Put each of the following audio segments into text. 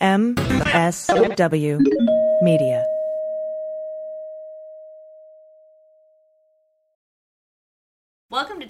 MSW Media. Welcome to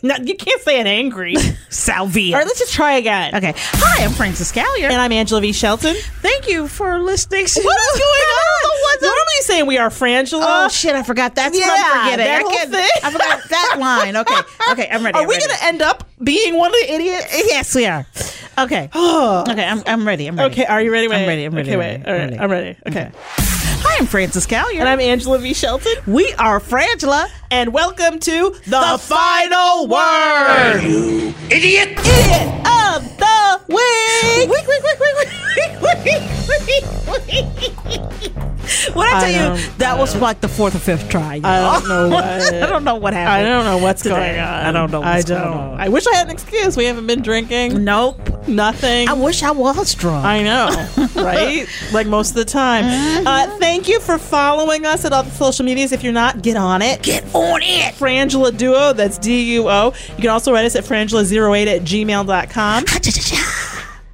no, you can't say it angry. Salvia. All right, let's just try again. okay. Hi, I'm Frances Callier. And I'm Angela V. Shelton. thank you for listening. to- What is going on? What Normally saying we are frangela. Oh shit! I forgot. That's what Yeah, I'm forgetting. that I whole can't- thing. I forgot that line. Okay, okay, I'm ready. Are I'm we ready. gonna end up being one of the idiots? Yes, we are. Okay, okay, I'm, I'm ready. I'm ready. Okay, are you ready? Wait, I'm ready. I'm ready. Okay, I'm wait. ready, All right, I'm I'm ready. Okay. Hi, I'm Frances Callier. And I'm Angela V. Shelton, we are Frangela. and welcome to the, The final word. You idiot! Idiot of the week. Week, week, week, When I I tell you don't- that was like the fourth or fifth try. you I don't know what. I don't know what I happened. don't know what's today. going on. I don't know I what's don't. going on. I wish I had an excuse. We haven't been drinking. Nope. Nothing. I wish I was drunk. I know, right? like most of the time. Uh-huh. Uh, thank you for following us at all the social medias. If you're not, get on it. Get on it. Frangela Duo, that's D U O. You can also write us at frangela08 at gmail.com.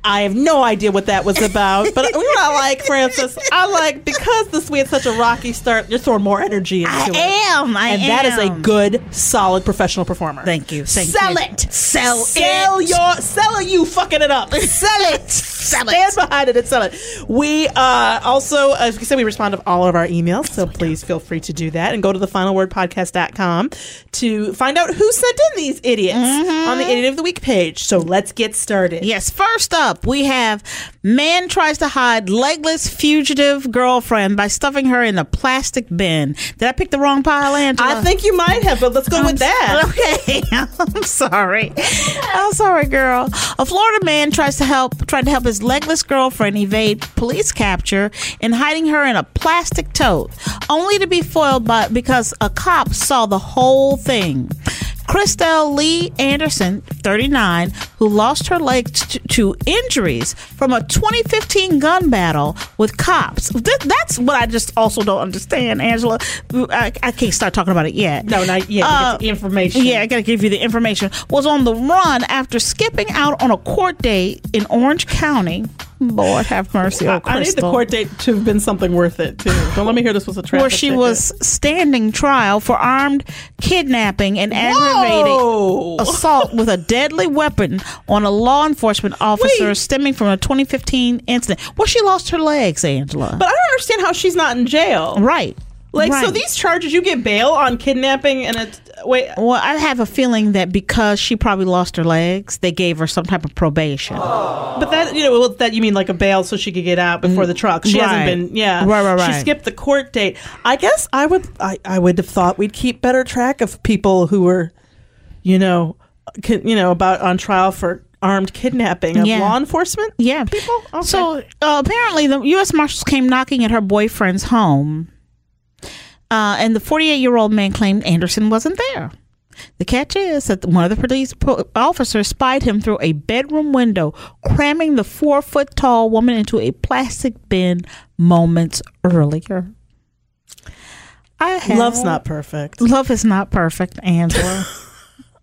I have no idea what that was about, but we I like, Francis. I like because this we had such a rocky start. You're throwing more energy into I it. am. I and am. that is a good, solid professional performer. Thank you. Thank sell you. it. Sell Sell it. your. Sell you fucking it up. Sell it. Sell Stand it. behind it and sell it. We uh, also, as we said, we respond to all of our emails, so please feel free to do that. And go to the finalwordpodcast.com to find out who sent in these idiots Mm-hmm. on the Idiot of the Week page. So let's get started. Yes, first up, we have man tries to hide legless fugitive girlfriend by stuffing her in a plastic bin. Did I pick the wrong pile, Angela? I think you might have, but let's go with that. Okay, I'm sorry. I'm sorry, girl. A Florida man tries to help tried to help his legless girlfriend evade police capture in hiding her in a plastic tote, only to be foiled by because a cop saw the whole thing. Christelle Lee Anderson, 39, who lost her leg t- to injuries from a 2015 gun battle with cops. Th- that's what I just also don't understand, Angela. I, I can't start talking about it yet. No, not yet. Uh, Get the information. Yeah, I gotta give you the information. Was on the run after skipping out on a court date in Orange County. Lord have mercy, oh Crystal. I need the court date to have been something worth it too. Don't let me hear this was a traffic. where she ticket. was standing trial for armed kidnapping and aggravated Whoa! assault with a deadly weapon on a law enforcement officer Wait. stemming from a 2015 incident. Well, she lost her legs, Angela. But I don't understand how she's not in jail. right. Like so, Right. these charges you get bail on kidnapping and it. Wait, Well, I have a feeling that because she probably lost her legs, they gave her some type of probation. but that you know well, that you mean like a bail so she could get out before the trial. 'cause She Right. hasn't been. Yeah, Right, right, She right. skipped the court date. I guess I would. I, I would have thought we'd keep better track of people who were, you know, ki- you know about on trial for armed kidnapping of Yeah. law enforcement. Yeah. people. Okay. So uh, apparently, the U.S. Marshals came knocking at her boyfriend's home, uh, and the 48 year old man claimed Anderson wasn't there. The catch is that one of the police po- officers spied him through a bedroom window, cramming the four foot tall woman into a plastic bin moments earlier. I have, love's not perfect. love is not perfect, Angela.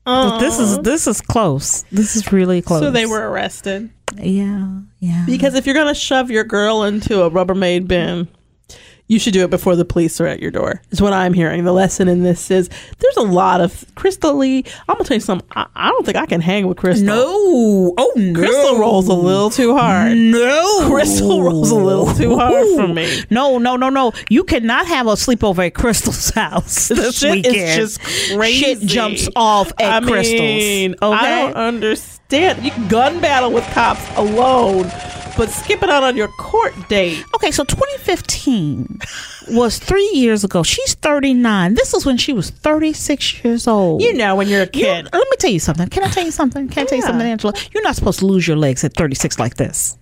But this is this is close. This is really close. So they were arrested. yeah yeah. Because if you're going to shove your girl into a Rubbermaid bin, you should do it before the police are at your door, is what I'm hearing. The lesson in this is there's a lot of Crystal Lee. I'm going to tell you something. I, I don't think I can hang with Crystal. No. Oh no. Crystal rolls a little too hard. No. Crystal rolls a little too hard for me. No, no, no, no. You cannot have a sleepover at Crystal's house this Shit weekend. is just crazy. Shit jumps off at I Crystal's. Mean, I okay. don't understand. You can gun battle with cops alone, but skipping out on your court date. Okay, so 2015 was three years ago. She's 39. This is when she was 36 years old. You know, when you're a You- kid. let me tell you something. Can I tell you something? Can I tell you Yeah. something, Angela? You're not supposed to lose your legs at 36 like this.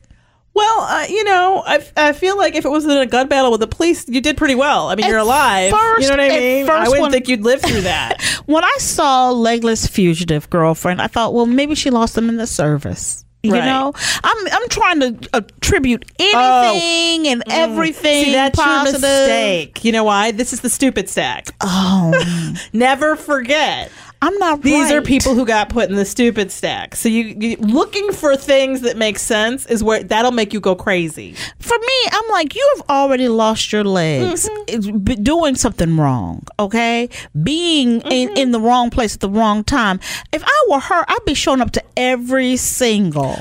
Well, uh, you know, I, I feel like if it was in a gun battle with the police, you did pretty well. I mean, At you're alive. you first- know what I at mean? first I wouldn't one- think you'd live through that. When I saw legless fugitive girlfriend, I thought, well, maybe she lost them in the service. You Right. know, I'm I'm trying to attribute anything and everything Oh. Mm. See, that's positive. your mistake. You know why? This is the stupid stack. Oh, Never forget. I'm not. These are right. people who got put in the stupid stack. So you, you looking for things that make sense is where that'll make you go crazy. For me, I'm like, you have already lost your legs Mm-hmm. It's b- doing something wrong. Okay, being Mm-hmm. in, in the wrong place at the wrong time. If I were her, I'd be showing up to every single.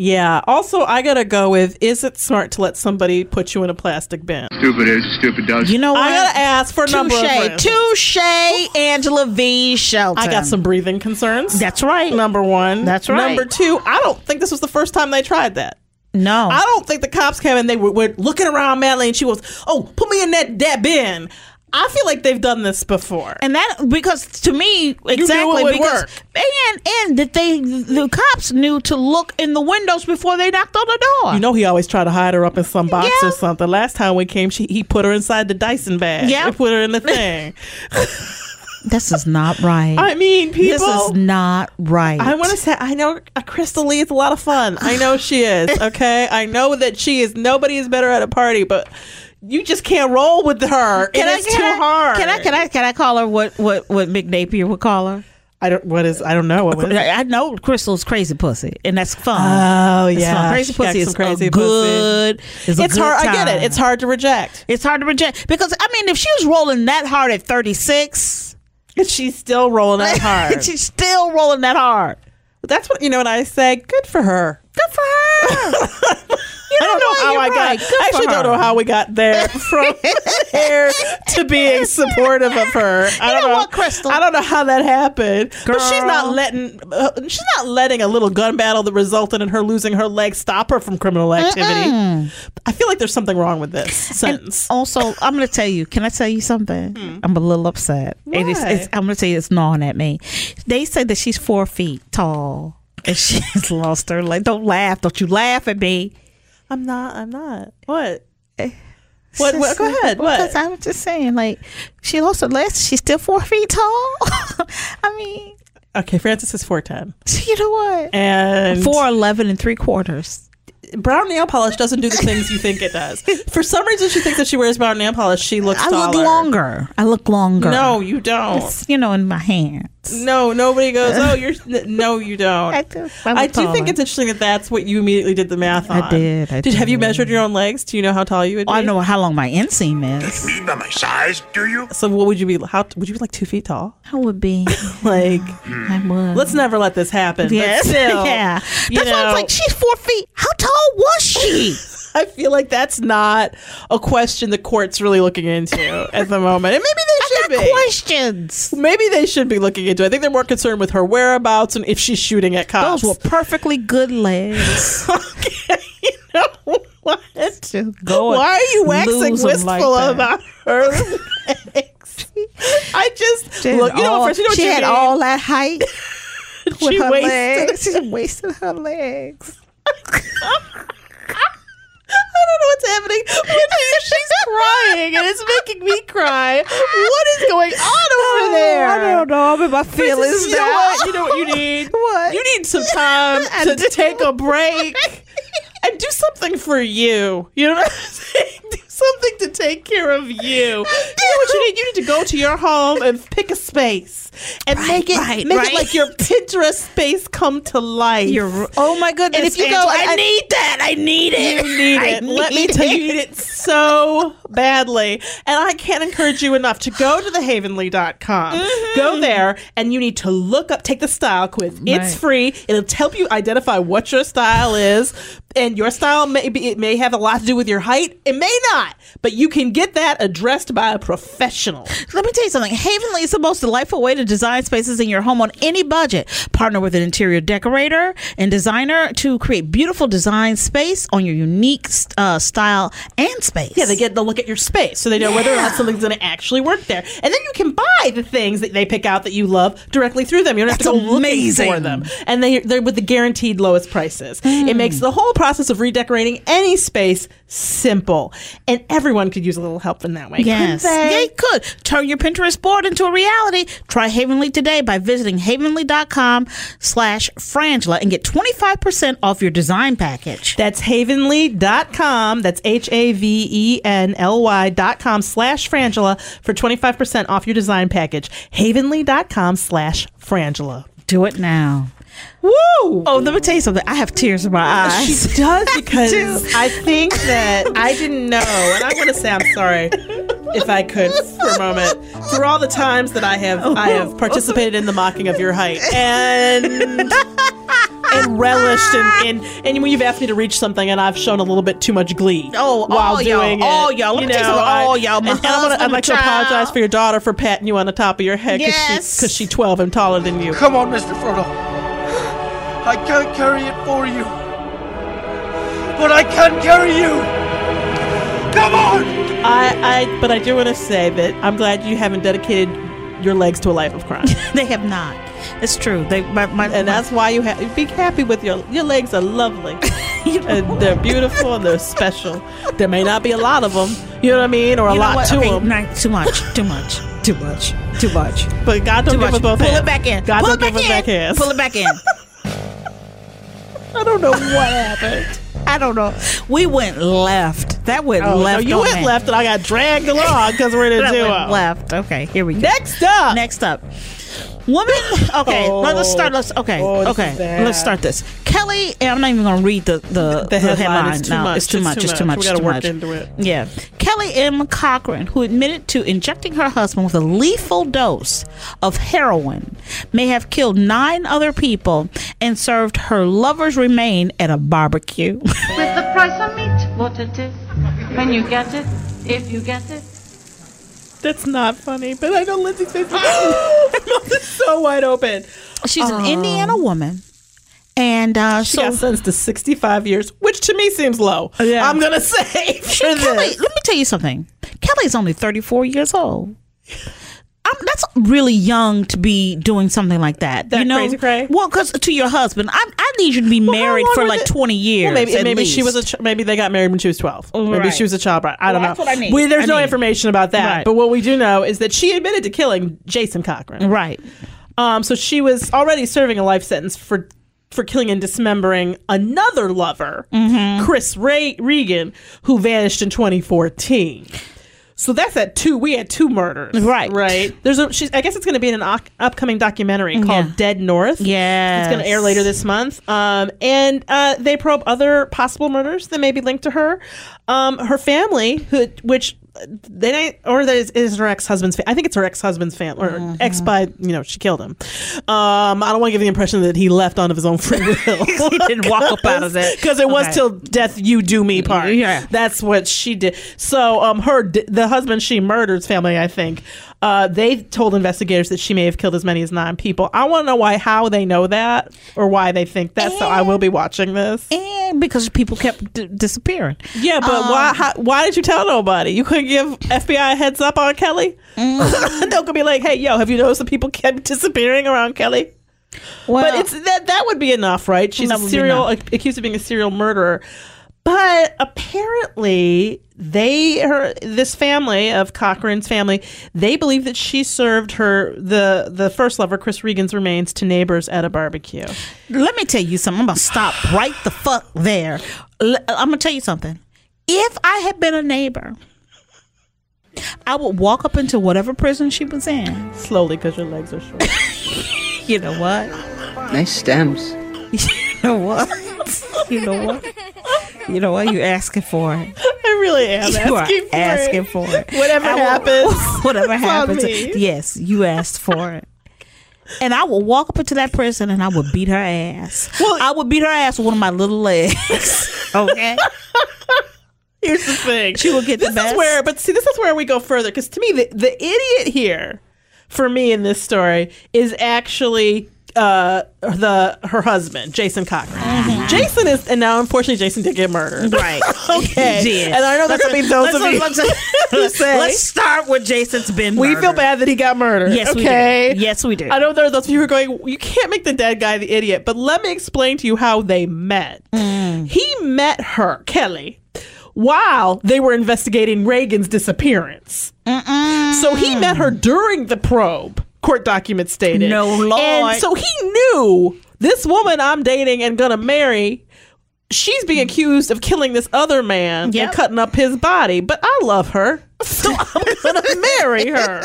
Yeah. Also, I gotta go with: Is it smart to let somebody put you in a plastic bin? Stupid is, stupid does. You know what? I gotta ask for a number of Touche, reasons. touche, Angela V. Shelton. I got some breathing concerns. That's right. Number one. That's right. Number two, I don't think this was the first time they tried that. No, I don't think the cops came and they were, were looking around Madeline. She was, oh, put me in that, that bin. I feel like they've done this before. and that because to me exactly would because work. and and that they the cops knew to look in the windows before they knocked on the door. you know he always tried to hide her up in some box Yeah. or something. Last time we came, she he put her inside the Dyson bag. Yeah. He put her in the thing. this is not right. I mean, people. this is not right. I want to say I know uh, Crystal Lee is a lot of fun. I know she is. Okay, I know that she is. Nobody is better at a party, but you just can't roll with her. It is too I, hard. Can I? Can I? Can I call her what? What? What? Mick Napier would call her. I don't. What is? I don't know. What is, I I know Crystal's crazy pussy, and that's fun. oh It's fun. crazy She got pussy some is a good. It's, a It's good hard. I get time. it. It's hard to reject. It's hard to reject because I mean, if she was rolling that hard at thirty six, She's still rolling out hard. she's still rolling that hard. That's what you know. And I say, good for her. Good for her. I don't know no, how you're I right. got. Good I for actually don't her. know how we got there from there to being supportive of her. I You don't know know, what, Crystal? I don't know how that happened. But she's Girl. not letting. Uh, she's not letting a little gun battle that resulted in her losing her leg stop her from criminal activity. I feel like there's something wrong with this sentence. also, I'm going to tell you. Can I tell you something? Hmm. I'm a little upset. It is, Why? it's, I'm going to tell you, it's gnawing at me. They said that she's four feet tall. And she's lost her leg. Don't laugh. Don't you laugh at me. I'm not. I'm not. What? What, what? Go ahead. Because What? I was just saying, like, she lost her legs. She's still four feet tall. I mean, Okay, Francis is 4'10. You know what? And Four eleven and three quarters. brown nail polish doesn't do the things you think it does. For some reason, she thinks that she wears brown nail polish. She looks I look taller. longer. I look longer. No, you don't. It's, you know, in my hands. No, nobody goes, oh, you're. n- No, you don't. I I, do. I'm do think taller. it's interesting that that's what you immediately did the math on. I did, I Have you did. measured your own legs? Do you know how tall you would be? I know how long my inseam is. Me by my size, do you? So what would you be? How would you be like two feet tall? I would be. Like, I would. let's never let this happen. Yes. But still, yeah. That's you why I know. was like, she's four feet. How tall was she? I feel like that's not a question the court's really looking into at the moment. And maybe they should be. Questions. Maybe they should be looking into. it. I think they're more concerned with her whereabouts and if she's shooting at cops. Those were perfectly good legs. okay, you know what? To go and Why are you waxing lose 'em wistful like that. about her legs? I just She had look. You know, all- what, Francis, you know what she you had mean. all that height. with She her wasted- legs. She wasted her legs. I don't know what's happening. What is- she's crying and it's making me cry. What is going on over there? Oh, I don't know. I'm in my feelings Francis, you know now. what? You know what you need? What? You need some time I to do. take a break and do something for you. You know what I'm saying? Do something to take care of you. You know what you need? You need to go to your home and pick a space and make it right, make right. it like your Pinterest space come to life. You're, oh my goodness! if you go- Angela, I- I, need that. I need it. You need I it. Let me need tell you, it. you need it so badly. And I can't encourage you enough to go to thehavenly.com. Mm-hmm. Go there and you need to look up, take the style quiz. It's Right. free. It'll help you identify what your style is. And your style may be, it may have a lot to do with your height. It may not, but you can get that addressed by a professional. Let me tell you something. Havenly is the most delightful way to design spaces in your home on any budget. Partner with an interior decorator and designer to create beautiful design space on your unique uh, style and space. Yeah, they get to look at your space so they know whether or not something's going to actually work there. And then you can buy the things that they pick out that you love directly through them. You don't have to That's go looking for amazing. Hmm. them. And they, they're with the guaranteed lowest prices. It makes the whole process of redecorating any space simple. And everyone could use a little help in that way. couldn't Yes, they? they could turn your Pinterest board into a reality. Try Havenly today by visiting havenly.com slash frangela and get 25% off your design package. That's havenly.com. That's H A V E N L Y.com slash Frangela for 25% off your design package. Havenly.com slash Frangela. Do it now. Woo! Oh, let me tell you something. I have tears in my eyes. She does because I think that I didn't know, and I want to say I'm sorry if I could for a moment for all the times that I have I have participated in the mocking of your height and and relished in, in and when you've asked me to reach something and I've shown a little bit too much glee. Oh, while all y'all, doing it, all y'all. Let me tell you something, all y'all. My and I wanna, I'd husband, like to my child. apologize for your daughter for patting you on the top of your head because Yes. she's 12 and taller than you. Come on, Mr. Frodo. I can't carry it for you. But I can carry you. Come on! I, I but I do want to say that I'm glad you haven't dedicated your legs to a life of crime, They have not. It's true. They my, my, and my- that's why you have be happy with your your legs are lovely, and they're beautiful and they're special. There may not be a lot of them, you know what I mean, or a you know lot what? to Okay, them, not- too much. Too much. Too much. Too much. but God Too don't give much. us Pull both. hands. it back in. God Pull don't it back give us in. back hands. Pull it back in. I don't know what happened. I don't know. We went left. That went Oh, no, left. you on went that. left, and I got dragged along because we're in a That went duo. left. Okay, here we go. Next up, Next up. Woman. Okay, Oh. let, us start. Let's okay. Oh, this is okay, bad. let's start this. Kelly, and I'm not even going to read the the, the headline, is too no, much. It's too much. It's too much. We it's gotta too work much. into it. Yeah. Kelly M. Cochran, who admitted to injecting her husband with a lethal dose of heroin, may have killed nine other people and served her lover's remain at a barbecue. with the price of meat. What it is, when you get it, if you get it. That's not funny, but I know Lindsay's face. is- Her mouth is so wide open. She's an Indiana woman. And uh, Oh. She so got sentenced to 65 years, which to me seems low. Yeah. I'm going to say for She- this. Kelly, let me tell you something. Kelly's only 34 years old. i that's really young to be doing something like that. That you know, crazy cray? well, because to your husband, I, I need you to be Well, how married long for was like it? 20 years. Well, maybe at maybe she was a least. ch- maybe they got married when she was 12. Maybe Right. she was a child bride. I don't Well, know. that's what I need. We, there's I no need. information about that. Right. Mm-hmm. But what we do know is that she admitted to killing Jason Cochran. right. Um, so she was already serving a life sentence for for killing and dismembering another lover, Mm-hmm. Chris Ray- Regan, who vanished in 2014. So that's at two. We had two murders, right? Right. There's a. She's, I guess it's going to be in an oc- upcoming documentary called Dead North. Yeah, it's going to air later this month. Um, and uh, they probe other possible murders that may be linked to her. Um, her family, who which uh, they didn't, or that is, is her ex husband's. Fa- I think it's her ex husband's family or ex by you know she killed him. Um, I don't want to give the impression that he left on of his own free will. he didn't walk up out of it. because it was Okay. till death you do me part. Yeah. that's what she did. So um, her d- the husband she murders family, I think. Uh, they told investigators that she may have killed as many as nine people. I want to know why, how they know that, or why they think that. so I will be watching this. And because people kept d- disappearing. Yeah, but why? How, why did you tell nobody? You couldn't give FBI a heads up on Kelly. they could be like, "Hey, yo, have you noticed that people kept disappearing around Kelly?" but it's that that would be enough, right? She's a That would be serial ac- accused of being a serial murderer. But apparently, they her this family of Cochran's family they believe that she served her the the first lover Chris Regan's remains to neighbors at a barbecue. Let me tell you something. I'm gonna stop right the fuck there. L- I'm gonna tell you something. If I had been a neighbor, I would walk up into whatever prison she was in. Slowly, because your legs are short. you know what? Nice stems. You know what? You know what? You know what? You're asking for it. I really am you asking, are asking for it. Whatever I will- happens, whatever it's on happens. me. Yes, you asked for it. And I will walk up into that prison and I will beat her ass. Well, I would beat her ass with one of my little legs. Okay. Here's the thing. She will get the this best. is where, but see, this is where we go further because to me, the, the idiot here, for me in this story, is actually uh the her husband jason cochran Mm-hmm. jason is and now unfortunately jason did get murdered Right. okay He did. and i know that's Let's- gonna be those of you let's- who say Let's start with Jason's been. we feel murdered. bad that he got murdered Yes, we okay do. Yes, we do. I know there are those of you who are going, you can't make the dead guy the idiot, but let me explain to you how they met. Mm. He met her, Kelly, while they were investigating Reagan's disappearance. So he met her during the probe, court documents stated. No, Lord. And so he knew this woman I'm dating and gonna marry. She's being accused of killing this other man Mm. Yep. and cutting up his body, but I love her, so I'm gonna marry her.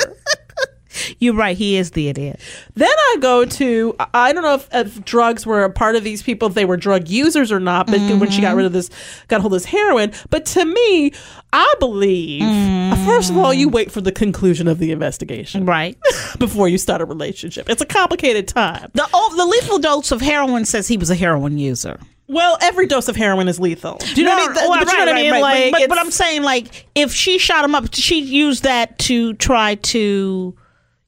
You're right. He is the idiot. Then I go to I- I don't know if, if drugs were a part of these people, if they were drug users or not. But when she got rid of this, got hold of this heroin. But to me, I believe uh, first of all, you wait for the conclusion of the investigation, right, before you start a relationship. It's a complicated time. The oh, the lethal dose of heroin says he was a heroin user. Well, every dose of heroin is lethal. Do you know what I mean? well, But you know what I mean? Like, but, but it's- I'm saying, like, if she shot him up, she used that to try to.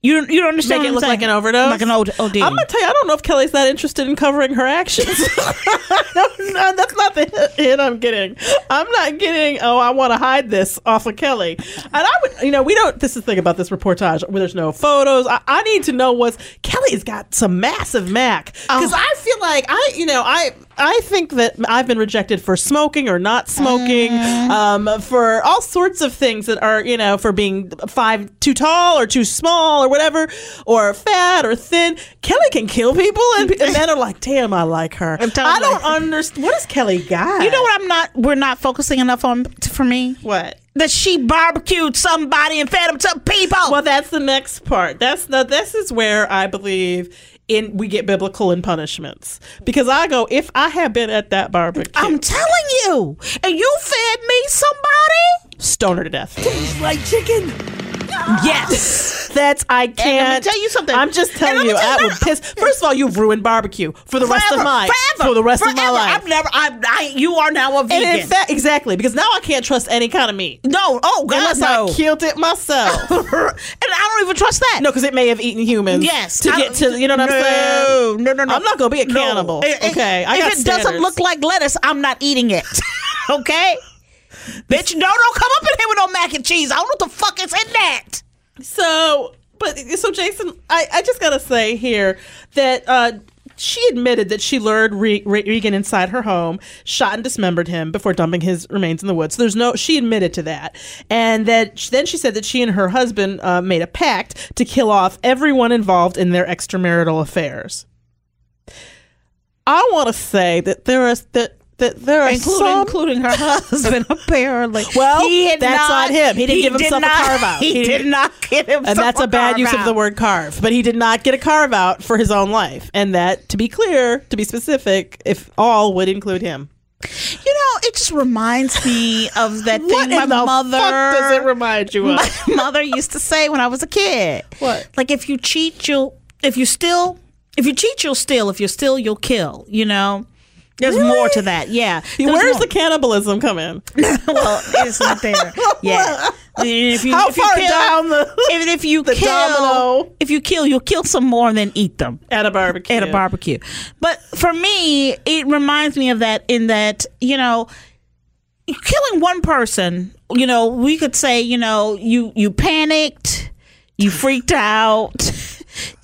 You don't, you don't understand. Make it what look I'm like saying? an overdose? Like an old OD. I'm gonna tell you, I don't know if Kelly's that interested in covering her actions. no, no, that's not the hit I'm getting. I'm not getting. Oh, I want to hide this off of Kelly. And I would, you know, we don't. This is the thing about this reportage where there's no photos. I, I need to know what's Kelly's got some massive mac because I feel like I, you know, I. I think that I've been rejected for smoking or not smoking, um, for all sorts of things that are, you know, for being five too tall or too small or whatever, or fat or thin. Kelly can kill people, and, and men are like, "Damn, I like her." I telling don't understand. What does Kelly got? you know what? I'm not. We're not focusing enough on t- for me What? that she barbecued somebody and fed him to people. Well, that's the next part. That's the this is where I believe in we get biblical in punishments because I go if I had been at that barbecue, I'm telling you, and you fed me somebody. stone her to death. Like chicken. Yes. That's I And can't let me tell you something. I'm just And telling let me you, tell I you- would piss. First of all, you've ruined barbecue for the rest of my forever, for the rest of my forever. life. I've never. I, I. You are now a and vegan. in fact, exactly because now I can't trust any kind of meat. no. Oh God, Unless no. I killed it myself. and I don't even trust that. No, because it may have eaten humans. Yes, to I- get to you know what I'm saying. No, no, no. I'm not gonna be a No. cannibal. It- it- okay, I if got it doesn't standards. look like lettuce, I'm not eating it. okay, bitch. No, don't come up in here with no mac and cheese. I don't know what the fuck is in that. So, but so Jason, I, I just gotta say here that uh, She admitted that she lured Re- Re- Regan inside her home, shot and dismembered him before dumping his remains in the woods. So there's no, she admitted to that. And that then she said that she and her husband uh, made a pact to kill off everyone involved in their extramarital affairs. I want to say that there is that. That there are Including- some, including her husband, apparently. Well, He had that's not- on him. He didn't he give did himself not- a carve out. he did not give and himself that's a a bad carve use of out. the word carve. But he did not get a carve out for his own life, and that, to be clear, to be specific, if all would include him. You know, it just reminds me of that thing What my in the mother. fuck does it remind you of? My mother used to say when I was a kid. What? Like if you cheat, you'll. If you still, if you cheat, you'll steal. If you steal, you'll kill. You know. There's more to that. Yeah. There's Where's more. the cannibalism come in? well, it's not there. Yeah. If you, How if you far kill- down the Even if you kill, domino? if you kill, you'll kill some more and then eat them at a barbecue? at a barbecue. But for me, it reminds me of that in that, you know, killing one person, you know, we could say, you know, you you panicked, you freaked out,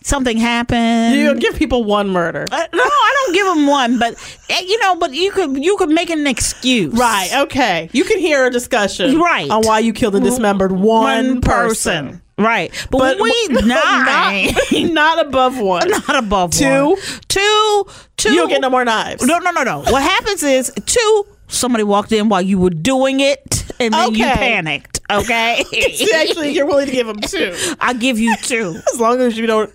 something happened. You give people one murder, Uh, no, I don't give them one, but eh, you know, but you could you could make an excuse. right? Okay, you can hear a discussion, Right. on why you killed and dismembered one, One person. person. Right. But, we but nine. not, not above one. not above Two? one. Two, two. You don't get no more knives. No, no, no, no. What happens is two. Somebody walked in while you were doing it, and then you Okay. panicked. Okay, Actually, you're willing to give them two I give you two. as long as you don't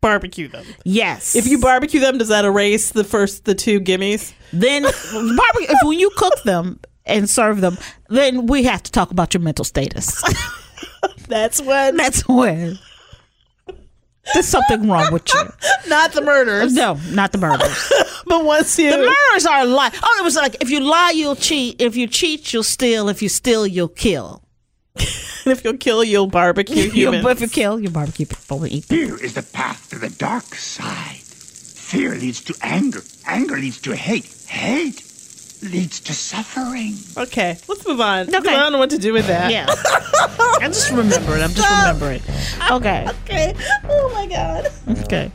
barbecue them. Yes. If you barbecue them, does that erase the first the two gimmies? then barbecue. If when you cook them and serve them, then we have to talk about your mental status. That's when That's when there's something wrong with you. not the murders, No, not the murders. but once you The murders are lie. Oh, it was like if you lie, you'll cheat. If you cheat, you'll steal. If you steal, you'll kill. if you'll kill, you'll barbecue You'll- humans. if you kill, you barbecue people and eat them. Fear is the path to the dark side. Fear leads to anger. Anger leads to hate. Hate leads to suffering. okay, let's move on. Because Okay. I don't know what to do with that. Yeah. I'm just remembering. I'm just remembering. Okay. Okay. Oh my god. Okay.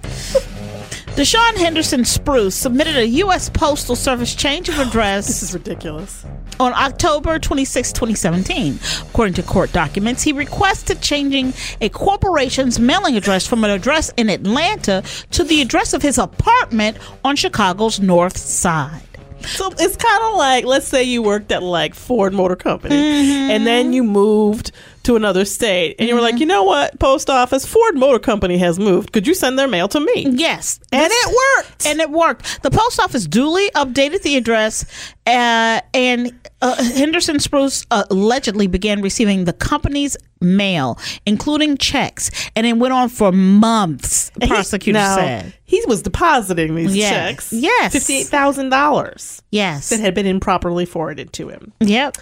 Deshaun Henderson Spruce submitted a U.S. Postal Service change of This is address ridiculous. on October 26, 2017. According to court documents, he requested changing a corporation's mailing address from an address in Atlanta to the address of his apartment on Chicago's North Side. So it's kind of like let's say you worked at like Ford Motor Company and then you moved to another state and you were like, you know what, post office, Ford Motor Company has moved. Could you send their mail to me? Yes. And it worked. and it worked. The post office duly updated the address, uh, and uh, Henderson Spruce uh, allegedly began receiving the company's mail, including checks, and it went on for months. And he- Prosecutor now, said, he was depositing these Yes. checks. Yes. fifty-eight thousand dollars "Yes, that had been improperly forwarded to him. yep."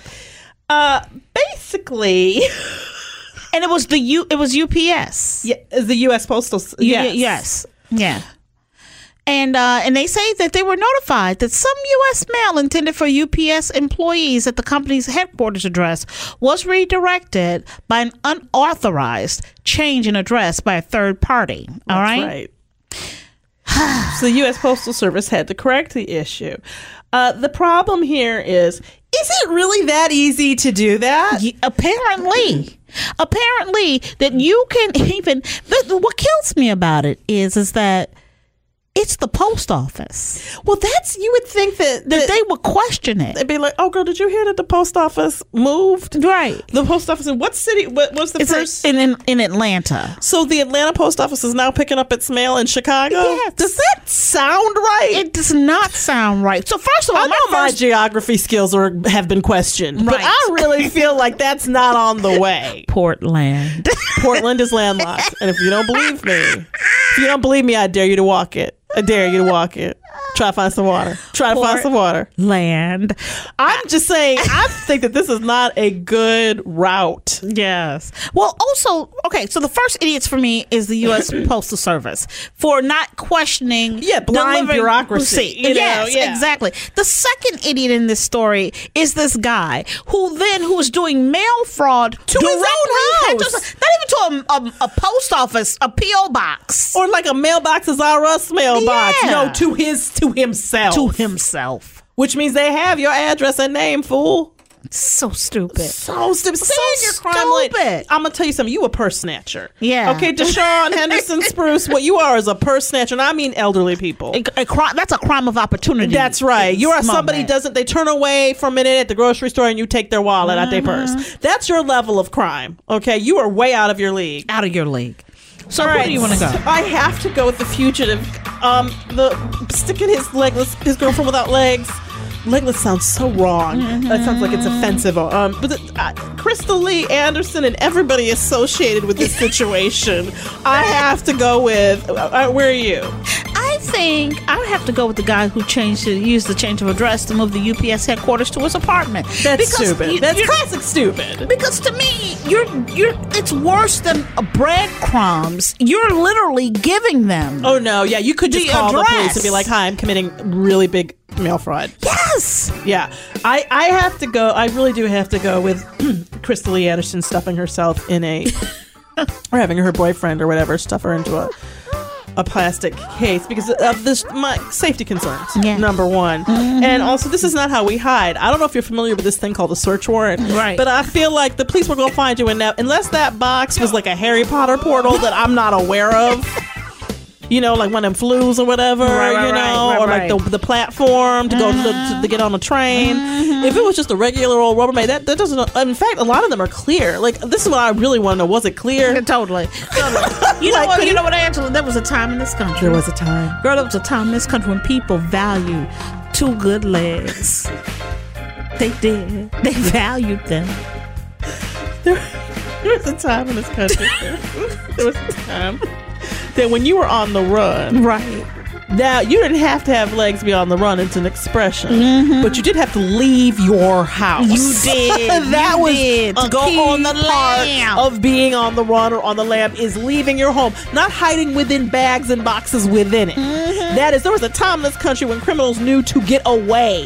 Uh, basically, And it was the U. It was UPS. yeah, the U.S. Postal. S- Y- y- yes, yeah. And uh, and they say that they were notified that some U.S. mail intended for UPS employees at the company's headquarters address was redirected by an unauthorized change in address by a third party. All That's right. right. so the U.S. Postal Service had to correct the issue. Uh, the problem here is, is it really that easy to do that? Y- apparently apparently that you can even th- th- what kills me about it is is that it's the post office Well, that's you would think that that that they would question it they'd be like, oh girl, did you hear that the post office moved? right The post office in what city? What was the it's first? a, in, in in atlanta so the Atlanta post office is now picking up its mail in Chicago. Yes. Does that sound right? It does not sound right. So first of all, I know my my first, geography skills are have been questioned, but Right. I really feel like that's not on the way. Portland. Portland is landlocked, and if you don't believe me, if you don't believe me, I dare you to walk it. I dare you to walk it. Try to find some water. Try to Or- find some water. Land. I'm just saying, I think that this is not a good route. Yes. Well, also, okay, so the first idiots for me is the U.S. Postal Service for not questioning. Yeah, blind delivering- bureaucracy, you know, yes, yeah. exactly. The second idiot in this story is this guy who then who is doing mail fraud to his own house. not even to a, a, a post office, a P.O. box. Or like a mailbox is our us mailbox. Yeah. No, to his to himself. to himself. Which means they have your address and name, fool. So stupid. So stupid. So your crime stupid. I'm gonna tell you something. You a purse snatcher. Yeah. Okay, Deshaun Henderson Spruce. What you are is a purse snatcher, and I mean elderly people. A, a crime, that's a crime of opportunity. That's right. You are Moment. somebody doesn't they turn away for a minute at the grocery store and you take their wallet out their purse. That's your level of crime. Okay, you are way out of your league. out of your league. So where do you want to go? I have to go with the fugitive. Um, the sticking his legless, his girlfriend without legs. Legless sounds so wrong. That sounds like it's offensive. Um, but the, uh, Crystal Lee Anderson and everybody associated with this situation, I have to go with. Uh, uh, where are you? I think I would have to go with the guy who changed to use the change of address to move the UPS headquarters to his apartment. That's stupid. you- That's you're- classic stupid. Because to me, you're you're it's worse than a breadcrumbs. You're literally giving them. Oh no, yeah, you could just The call the police address. and be like, "Hi, I'm committing really big mail fraud." Yes. Yeah, I I have to go. I really do have to go with Crystal Lee Anderson stuffing herself in a or having her boyfriend or whatever stuff her into a a plastic case because of this my safety concerns. Yeah. Mm-hmm. Number one, and also this is not how we hide. I don't know if you're familiar with this thing called a search warrant, Right. But I feel like the police were going to find you in that unless that box was like a Harry Potter portal that I'm not aware of. You know, like one of them flus or whatever, Right, right, you know, right, right, or right. like the the platform to go to, the, to get on a train. If it was just a regular old Rubbermaid, that, that doesn't. In fact, a lot of them are clear. Like this is what I really want to know: was it clear? Totally. totally. You know what? You know what, Angela? There was a time in this country. There was a time. Girl, there was a time in this country when people valued two good legs. they did. They valued them. There was a time in this country. there was a time that when you were on the run, Right. that you didn't have to have legs to be on the run. It's an expression, but you did have to leave your house. You did. that You was did. a To go keep on the lamb. part of being on the run or on the lam is leaving your home, not hiding within bags and boxes within it. That is, there was a time in this country when criminals knew to get away.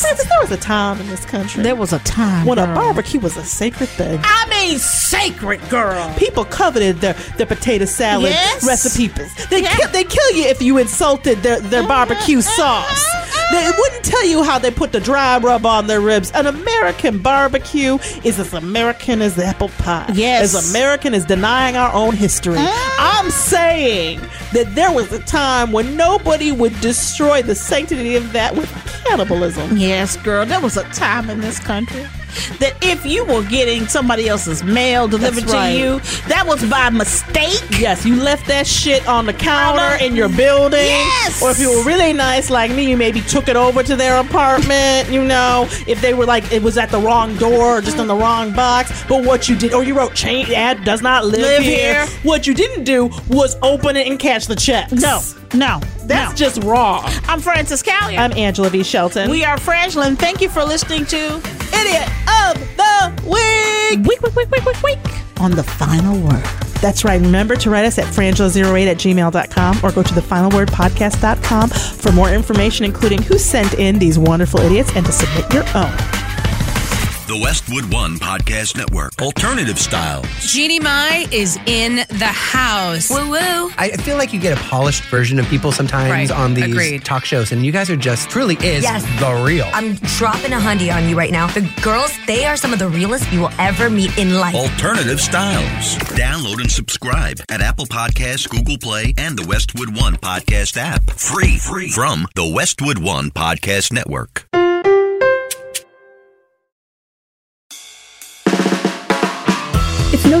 Francis, There was a time in this country There was a time when a girl. barbecue was a sacred thing. I mean, sacred girl. People coveted their, their potato salad Yes. recipes. They, kill, they kill you if you insulted their, their barbecue Uh-huh. sauce. They wouldn't tell you how they put the dry rub on their ribs. An American barbecue is as American as apple pie. Yes. Uh-huh. As American as denying our own history. I'm saying that there was a time when nobody would destroy the sanctity of that with cannibalism. Yes, girl. There was a time in this country that if you were getting somebody else's mail delivered That's right. to you, that was by mistake. Yes, you left that shit on the counter Counter. in your building. Uh-huh. Yes. Or if you were really nice like me, you maybe took it over to their apartment, you know. If they were like it was at the wrong door or just in the wrong box. But what you did or you wrote change ad does not live, Live here. here. What you didn't do was open it and catch the checks. No, no, That's no. just wrong. I'm Francis Callier. I'm Angela V. Shelton. we are Franklin. Thank you for listening to idiot of the week. Week, Week, Week, Week, Week, Week on the final word. That's right. Remember to write us at frangela08 at gmail.com or go to thefinalwordpodcast.com for more information, including who sent in these wonderful idiots and to submit your own. The Westwood One Podcast Network. Alternative style. Jeannie Mai is in the house. Woo woo. I feel like you get a polished version of people sometimes Right. on these Agreed. talk shows, and you guys are just truly is Yes. the real. I'm dropping a hundy on you right now. The girls, they are some of the realest you will ever meet in life. Alternative styles. Download and subscribe at Apple Podcasts, Google Play, and the Westwood One Podcast app. Free, free from the Westwood One Podcast Network. It's no